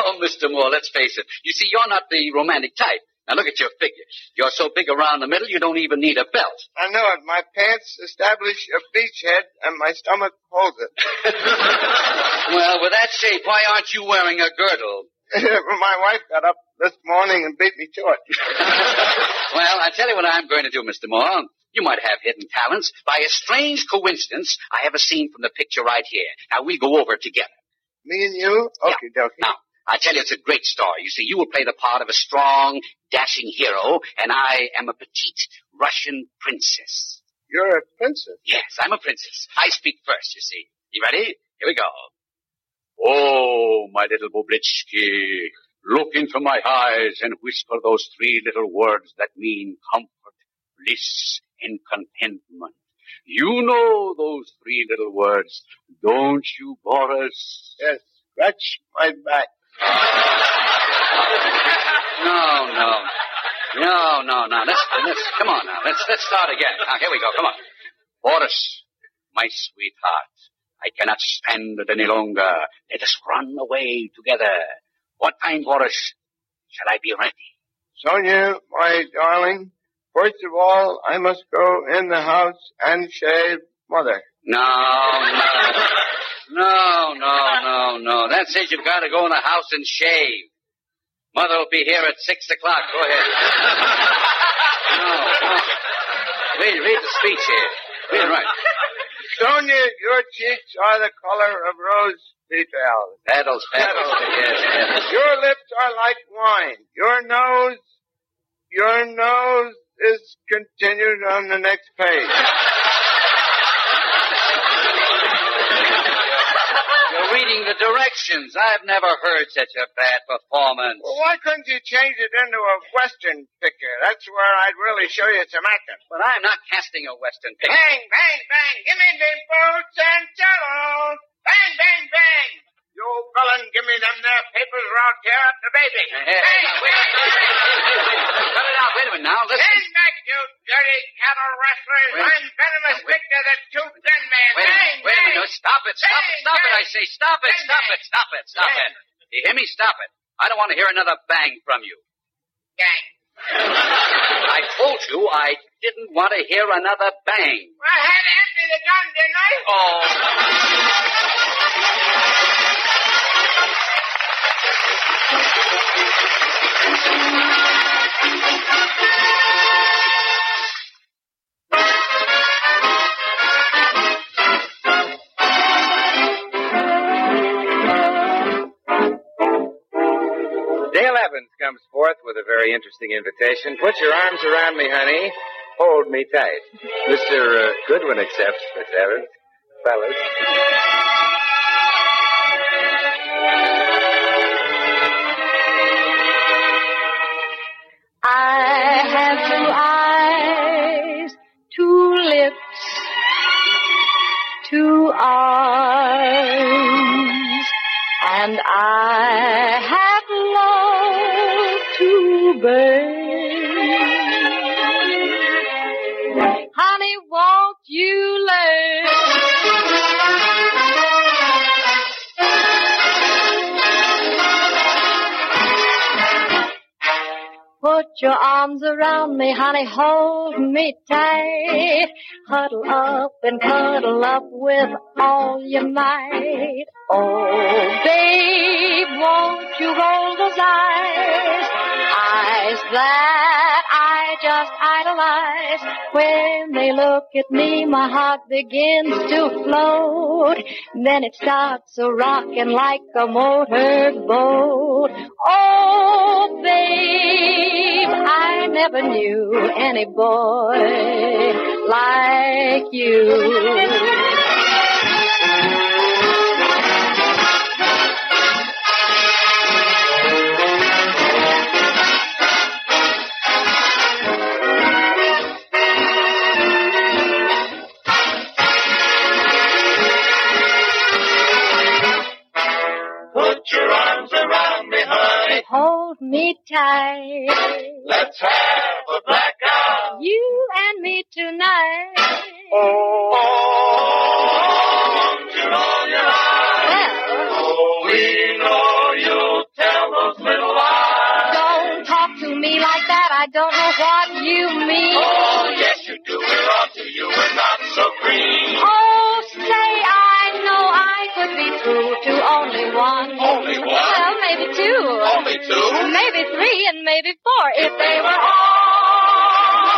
S19: Oh, Mr. Moore, let's face it. You see, you're not the romantic type. Now look at your figure. You're so big around the middle, you don't even need a belt.
S16: I know it. My pants establish a beachhead, and my stomach holds it.
S19: <laughs> Well, with that shape, why aren't you wearing a
S16: <laughs>
S19: girdle?
S16: my wife got up this morning and beat me to it.
S19: Well, I tell you what I'm going to do, Mr. Moore. You might have hidden talents. By a strange coincidence, I have a scene from the picture right here. Now we'll go over it together.
S16: Me and you? Okay, dokie.
S19: Now, I tell you, it's a great story. You see, you will play the part of a strong, dashing hero, and I am a petite Russian princess.
S16: You're a princess.
S19: Yes, I'm a princess. <laughs> I speak first, you see. You ready? Here we go. Oh, my little Boblichki, look into my eyes and whisper those three little words that mean comfort, bliss, and contentment. You know those three little words, don't you, Boris?
S16: Yes, scratch my back.
S19: No, no. No, no, no. Let's, let's, come on now. Let's, let's start again. Now, here we go. Come on. Boris, my sweetheart, I cannot stand it any longer. Let us run away together. <laughs> What time, Boris, shall I be ready?
S16: Sonia, my darling, first of all, I must go in the house and shave mother.
S19: No, no. No, no, no, no. That says you've got to go in the house and shave. Mother will be here at six o'clock. Go ahead. No, no. Read, read the speech here. Read it <laughs> right.
S16: Sonia, your cheeks are the color of rose petals.
S19: Petals, petals. Yes, yes.
S16: Your lips are like wine. Your nose, your nose is continued on the next page.
S19: <laughs> You're reading the directions. I've never heard such a bad performance.
S16: Well, why couldn't you change it into a Western picture? That's where I'd really show you some acting.
S19: But I'm not casting a Western picture.
S16: Bang, bang, bang. Give me them boots and saddles. Bang, bang, bang. You villain, give me them there papers or I'll tear up the
S19: <laughs>
S16: baby.
S19: Hey, wait, wait, wait, wait, wait. Cut it out. Wait a minute now. Listen.
S16: Stand back, you dirty cattle rustlers.
S19: Wait.
S16: I'm venomous victor, the two gun man.
S19: Wait a
S16: bang,
S19: minute. Wait a
S16: bang.
S19: minute. Stop it. Stop it. Stop it. I say stop it. Stop it. Stop it. Stop it. You hear me? Stop it. I don't want to hear another bang from you.
S16: Bang.
S19: I told you I didn't want to hear another bang.
S16: I had empty the gun, didn't I?
S19: Oh.
S20: Thank you.
S15: Dale Evans comes forth with a very interesting invitation. Put your arms around me, honey. Hold me tight. Mr. Uh, Goodwin accepts, Miss Evans. Fellas.
S21: I have two eyes, two lips, two arms, and I have loved to burn. Honey, won't you learn? Put your arms around me, honey, hold me tight. Huddle up and cuddle up with all your might. Oh, babe, won't you roll those eyes? Eyes that I just idolize. When they look at me, my heart begins to float. Then it starts a rocking like a motor boat. Oh, babe, I never knew any boy like you.
S20: Put your arms around me, honey.
S21: Hold me tight.
S20: Let's have a blackout.
S21: You and me tonight.
S20: Oh, we know you tell those little lies.
S21: Don't talk to me like that. I don't know what you mean.
S20: Oh, yes, you do. We're on to you. We're not so green.
S21: Oh, say I know I could be true to only one.
S20: Only one?
S21: Well, maybe two.
S20: Only two?
S21: Maybe three and maybe four if they were all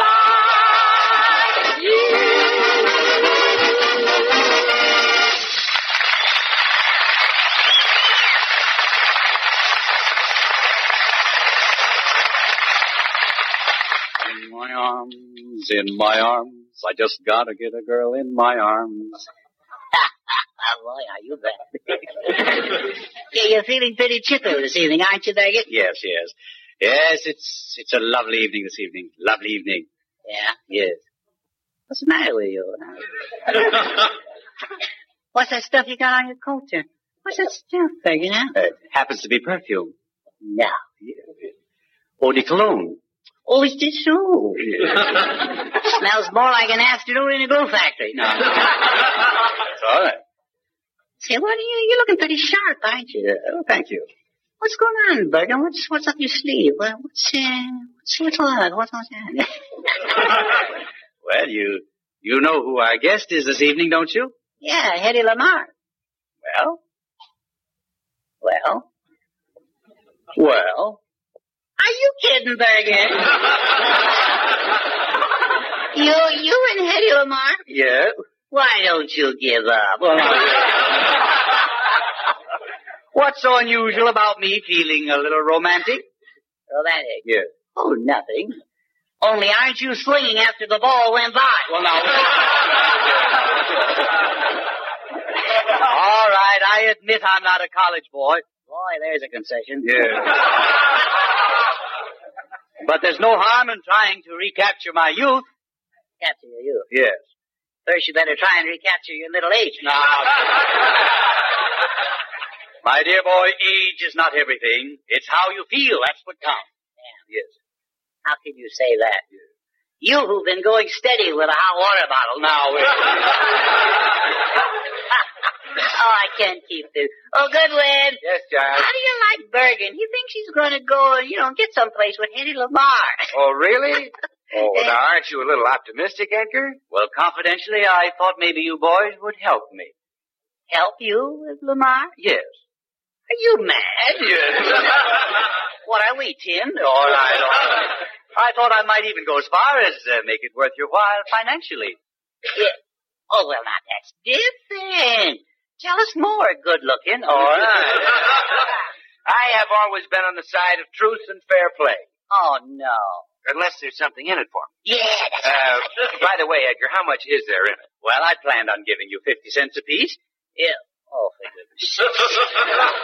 S21: like you.
S19: In my arms, in my arms. I just gotta get a girl in my arms.
S17: Oh, <laughs> boy, are you
S18: <laughs>
S17: bad. yeah, you're feeling pretty chipper this evening, aren't you, Daggett?
S19: Yes, yes. Yes, it's it's a lovely evening this evening. Lovely evening.
S17: Yeah. <laughs>
S19: Yes.
S17: What's the matter with you? What's that stuff you got on your coat there? What's that stuff, Daggett, huh?
S19: Uh, It happens to be perfume.
S17: No.
S19: Eau de cologne.
S17: Oh, is this so? Smells more like an afternoon in a glue factory. No.
S19: It's all right.
S17: Say, what are you? You're looking pretty sharp, aren't you?
S19: Yeah, well, Oh, thank you.
S17: What's going on, Bergen? What's what's up your sleeve? What- What's uh, what's what's on? What's on?
S19: Well, you you know who our guest is this evening, don't you?
S17: <laughs> yeah, Hetty Lamar.
S19: Well,
S17: Well,
S19: well.
S17: are you kidding, Bergen? you you and Hetty Lamar?
S19: Yeah.
S17: Why don't you give
S19: <laughs>
S17: up? <laughs>
S18: What's so unusual about me feeling a little romantic?
S17: Romantic.
S19: Yeah.
S17: Oh, nothing. Only aren't you swinging after the ball went by? Well,
S18: All right, I admit I'm not a college boy.
S17: Boy, there's a concession.
S18: <laughs> But there's no harm in trying to recapture my youth.
S17: Capture your youth.
S19: Yes.
S17: First, you better try and recapture your middle age.
S18: Now, my dear boy, age is not everything. It's how you feel. That's what counts.
S17: Yes. How can you say that? You who've been going steady with a hot water bottle now. oh, I can't keep this. Oh, Goodwin.
S15: Yes, John.
S17: How do you like Bergen? He thinks he's going to go and, you know, get someplace with Hetty Lamar. <laughs>
S15: Oh, really? Oh, now aren't you a little optimistic, Edgar?
S18: Well, confidentially, I thought maybe you boys would help me.
S17: Help you with Lamar?
S18: Yes.
S17: Are you mad? what are we, Tim?
S18: All right, all right. I thought I might even go as far as uh, make it worth your while financially.
S17: Yeah. Oh, well, now that's
S18: <laughs>
S17: different. Tell us more, good looking.
S18: All right. <laughs> I
S15: I've always been on the side of truth and fair play.
S17: Oh, no.
S15: Unless there's something in it for me.
S17: Yeah, that's
S15: Uh, by the way, Edgar, how much is there in it? Well, I planned on giving you 50 cents apiece.
S17: Yeah. Oh, for goodness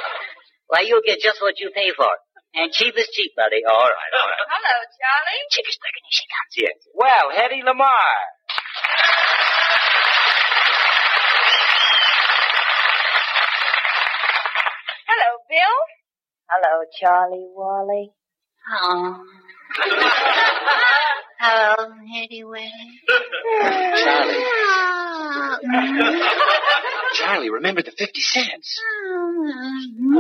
S17: Why, you'll get just what you pay for it. And cheap is cheap, buddy. All right, all right.
S22: Hello, Charlie.
S17: Chicken's quicker than she comes.
S15: Yes. Well, Hetty Lamar.
S22: Hello, Bill.
S17: Hello, Charlie Wally. Oh. Hello, Hetty Wally.
S20: Charlie.
S15: <laughs> Charlie, remember the 50 cents.
S17: Mm-hmm.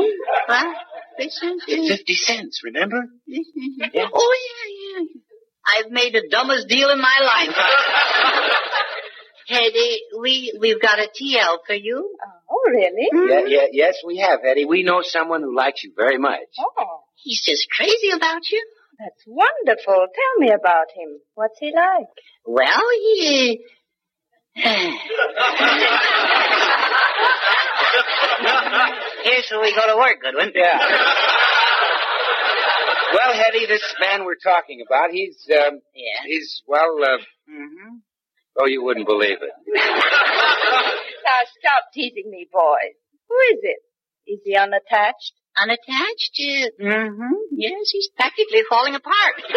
S17: What? This is
S15: The 50 cents, remember?
S17: Oh, yeah, yeah. I've made the dumbest deal in my <laughs> life. Hetty, we, we've got a TL for you.
S22: Oh, really?
S15: Yeah, yeah, yes, we have, Hetty. We know someone who likes you very much.
S22: Oh,
S17: He's just crazy about you.
S22: that's wonderful. Tell me about him. What's he like?
S17: Well, he. Here's where we go to work, Goodwin.
S15: Yeah. Well, Hetty, this man we're talking about, he's, um,
S17: Yeah.
S15: he's, well, uh, oh, you wouldn't believe it.
S22: Now stop teasing me, boys. Who is it? Is he unattached?
S17: Unattached? Uh, mm-hmm. Yes, he's practically falling apart.
S22: <laughs>
S21: <laughs>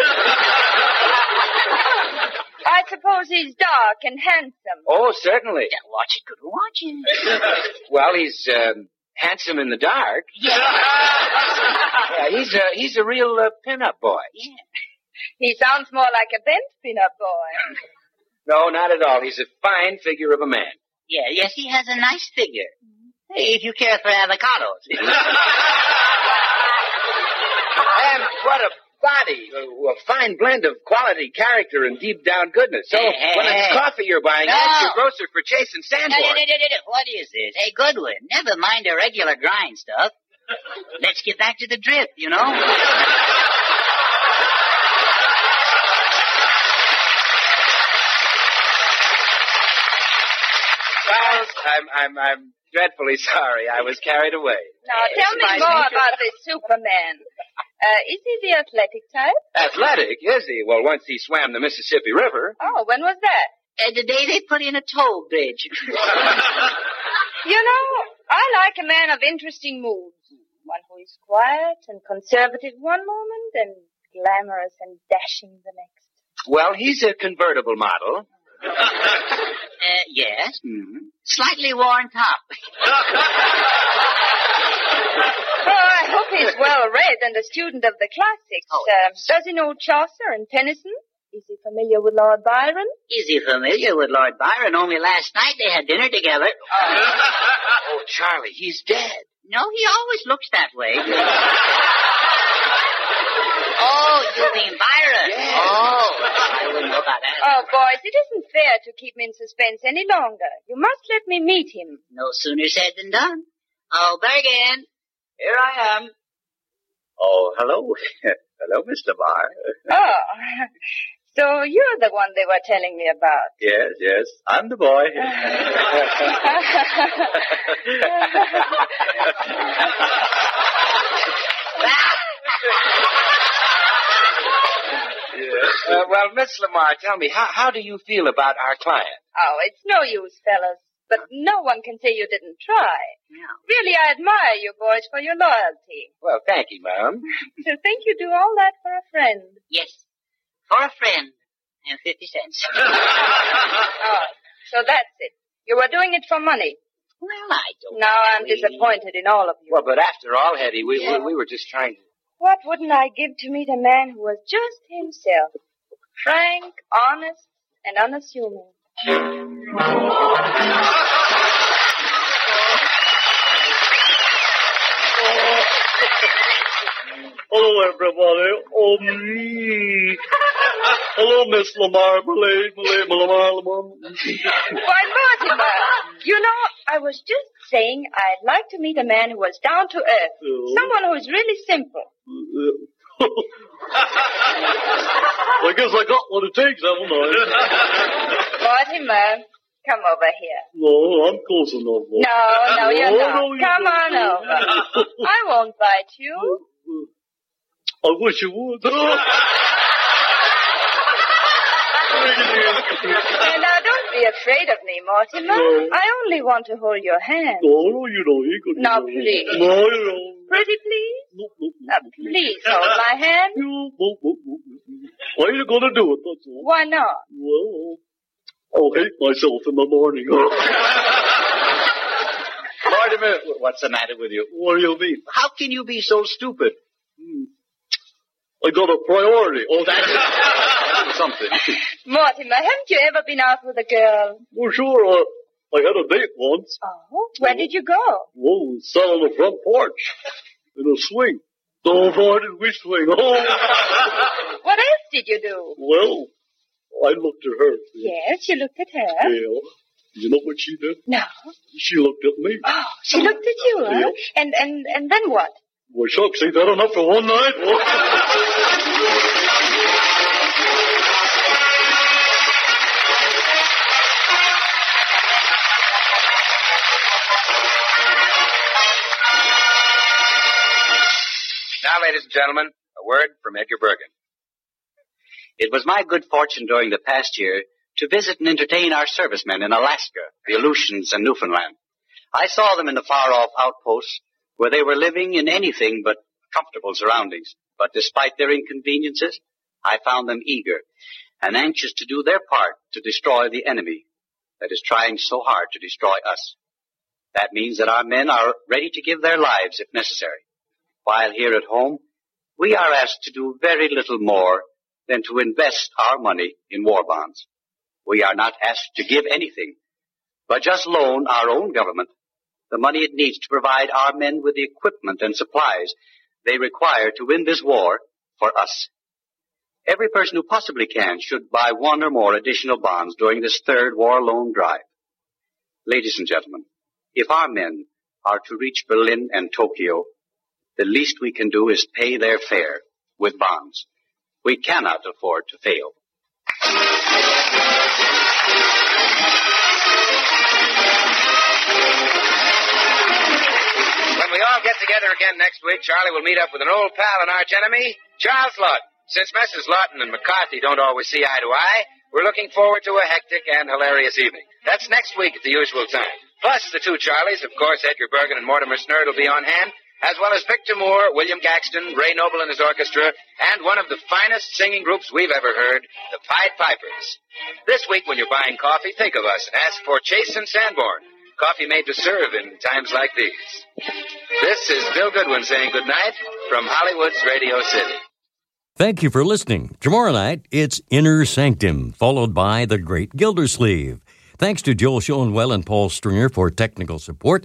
S22: I suppose he's dark and handsome.
S15: Oh, certainly.
S17: Watch it, Goodwin. Watch <laughs> it.
S15: Well, he's, um, handsome in the dark. Yeah, he's a, he's a real, uh, pin-up boy.
S22: He sounds more like a bent pinup boy.
S15: No, not at all. He's a fine figure of a man.
S17: Yeah, yes, he has a nice figure. Hey, if you care for avocados.
S15: And what a body! A, a fine blend of quality, character, and deep down goodness. So
S17: Hey, hey,
S15: when
S17: hey.
S15: it's coffee you're buying,
S17: No.
S15: ask your grocer for Chase and
S17: No, no, no,
S15: Sanborn.
S17: no, no, no. What is this? Hey, Goodwin, never mind the regular grind stuff. Let's get back to the drip, you know?
S15: Charles, I'm, I'm, I'm dreadfully sorry. I was carried away.
S17: <laughs>
S22: Now tell me
S15: my
S22: more
S15: nature.
S22: about this Superman. Uh, is he the athletic type?
S15: Athletic, is he? Well, once he swam the Mississippi River.
S22: Oh, when was that?
S17: Uh, the day they put in a toll bridge.
S22: You know, I like a man of interesting moods. One who is quiet and conservative one moment and glamorous and dashing the next.
S15: Well, he's a convertible model.
S17: Uh, yes. Slightly worn top.
S22: Oh, I hope he's well read and a student of the classics.
S17: Oh,
S22: Um, does he know Chaucer and Tennyson? Is he familiar with Lord Byron?
S17: Is he familiar with Lord Byron? Oh, Only last night they had dinner together.
S15: <laughs> Oh, Charlie, he's dead.
S17: No, he always looks that
S15: <laughs>
S17: way. oh, you mean Byron? Oh, I wouldn't know about that.
S22: Oh, boys, it isn't fair to keep him in suspense any longer. You must let me meet him.
S17: No sooner said than done. Oh, Bergen, here I am.
S15: Oh,
S18: <laughs>
S15: hello. hello, Mr. Barr.
S22: Oh, <laughs> so you're the one they were telling me about.
S15: Yes, yes. I'm the boy. Uh, well, Miss Lamar, tell me, how, how do you feel about our client?
S22: Oh, it's no use, fellas. But no one can say you didn't try. Really, I admire you boys for your loyalty.
S15: Well, thank you, ma'am.
S22: To think you do all that for a friend.
S17: Yes, for a friend and 50
S15: <laughs>
S17: cents.
S22: Oh, so that's it. You were doing it for money.
S17: Well, I don't.
S22: Now I'm disappointed in all of you.
S15: Well, but after all, Hetty, we, we, we were just trying to...
S22: What wouldn't I give to meet a man who was just himself? Frank, honest, and unassuming.
S20: Hello, everybody. Oh, me. Hello, Miss Lamar. Malay, Malay, Lamar, Lamar.
S22: Why, Mortimer, you know, I was just saying I'd like to meet a man who was down to earth. Someone who is really simple.
S20: I guess I got what it takes, haven't I?
S22: Mortimer, come over here.
S20: no, I'm close enough.
S22: No, no, you're
S20: Oh,
S22: not.
S20: no, you
S22: Come on
S20: don't.
S22: over. I won't bite you.
S20: I wish you would. <laughs>
S22: now, don't be afraid of me, Mortimer.
S20: No.
S22: I only want to hold your hand.
S20: No, no, you know, you could.
S22: Now, please.
S20: No, you know.
S22: Pretty please? Now, please hold my hand.
S20: No, no, no. Why are you gonna do it? That's all.
S22: Why not?
S20: Well, I'll hate myself in the morning.
S18: Mortimer, what's the matter with you? What do you mean? How can you be so stupid? Hmm.
S20: I got a priority. Oh, that's
S18: something.
S22: Mortimer, haven't you ever been out with a girl?
S20: Well, sure, I, I had a date once.
S22: Oh, where did you go?
S20: Whoa, sat on the front porch in a swing. So far did we swing. Oh,
S22: What else did you do?
S20: well, I looked at her.
S22: Yes, you looked at
S20: Yeah.
S22: her.
S20: You know what she did?
S22: No.
S20: She looked at me.
S22: Oh, she looked at you, huh?
S20: Yes.
S22: And, and, and then what?
S20: Well, shucks, ain't that enough for one night?
S15: Now, ladies and gentlemen, a word from Edgar Bergen.
S18: It was my good fortune during the past year to visit and entertain our servicemen in Alaska, the Aleutians, and Newfoundland. I saw them in the far off outposts where they were living in anything but comfortable surroundings. But despite their inconveniences, I found them eager and anxious to do their part to destroy the enemy that is trying so hard to destroy us. That means that our men are ready to give their lives if necessary. While here at home, we are asked to do very little more than to invest our money in war bonds. We are not asked to give anything, but just loan our own government the money it needs to provide our men with the equipment and supplies they require to win this war for us. Every person who possibly can should buy one or more additional bonds during this third war loan drive. Ladies and gentlemen, if our men are to reach Berlin and Tokyo, the least we can do is pay their fare with bonds. We cannot afford to fail.
S15: When we all get together again next week, Charlie will meet up with an old pal and archenemy, Charles Lawton. Since Messrs. Lawton and McCarthy don't always see eye to eye, we're looking forward to a hectic and hilarious evening. That's next week at the usual time. Plus, the two Charlies, of course, Edgar Bergen and Mortimer Snurd will be on hand, as well as Victor Moore, William Gaxton, Ray Noble and his orchestra, and one of the finest singing groups we've ever heard, the Pied Pipers. This week, when you're buying coffee, think of us and ask for Chase and Sanborn. Coffee made to serve in times like these. This is Bill Goodwin saying goodnight from Hollywood's Radio City.
S1: Thank you for listening. Tomorrow night, it's Inner Sanctum, followed by The Great Gildersleeve. Thanks to Joel Schoenwell and Paul Stringer for technical support.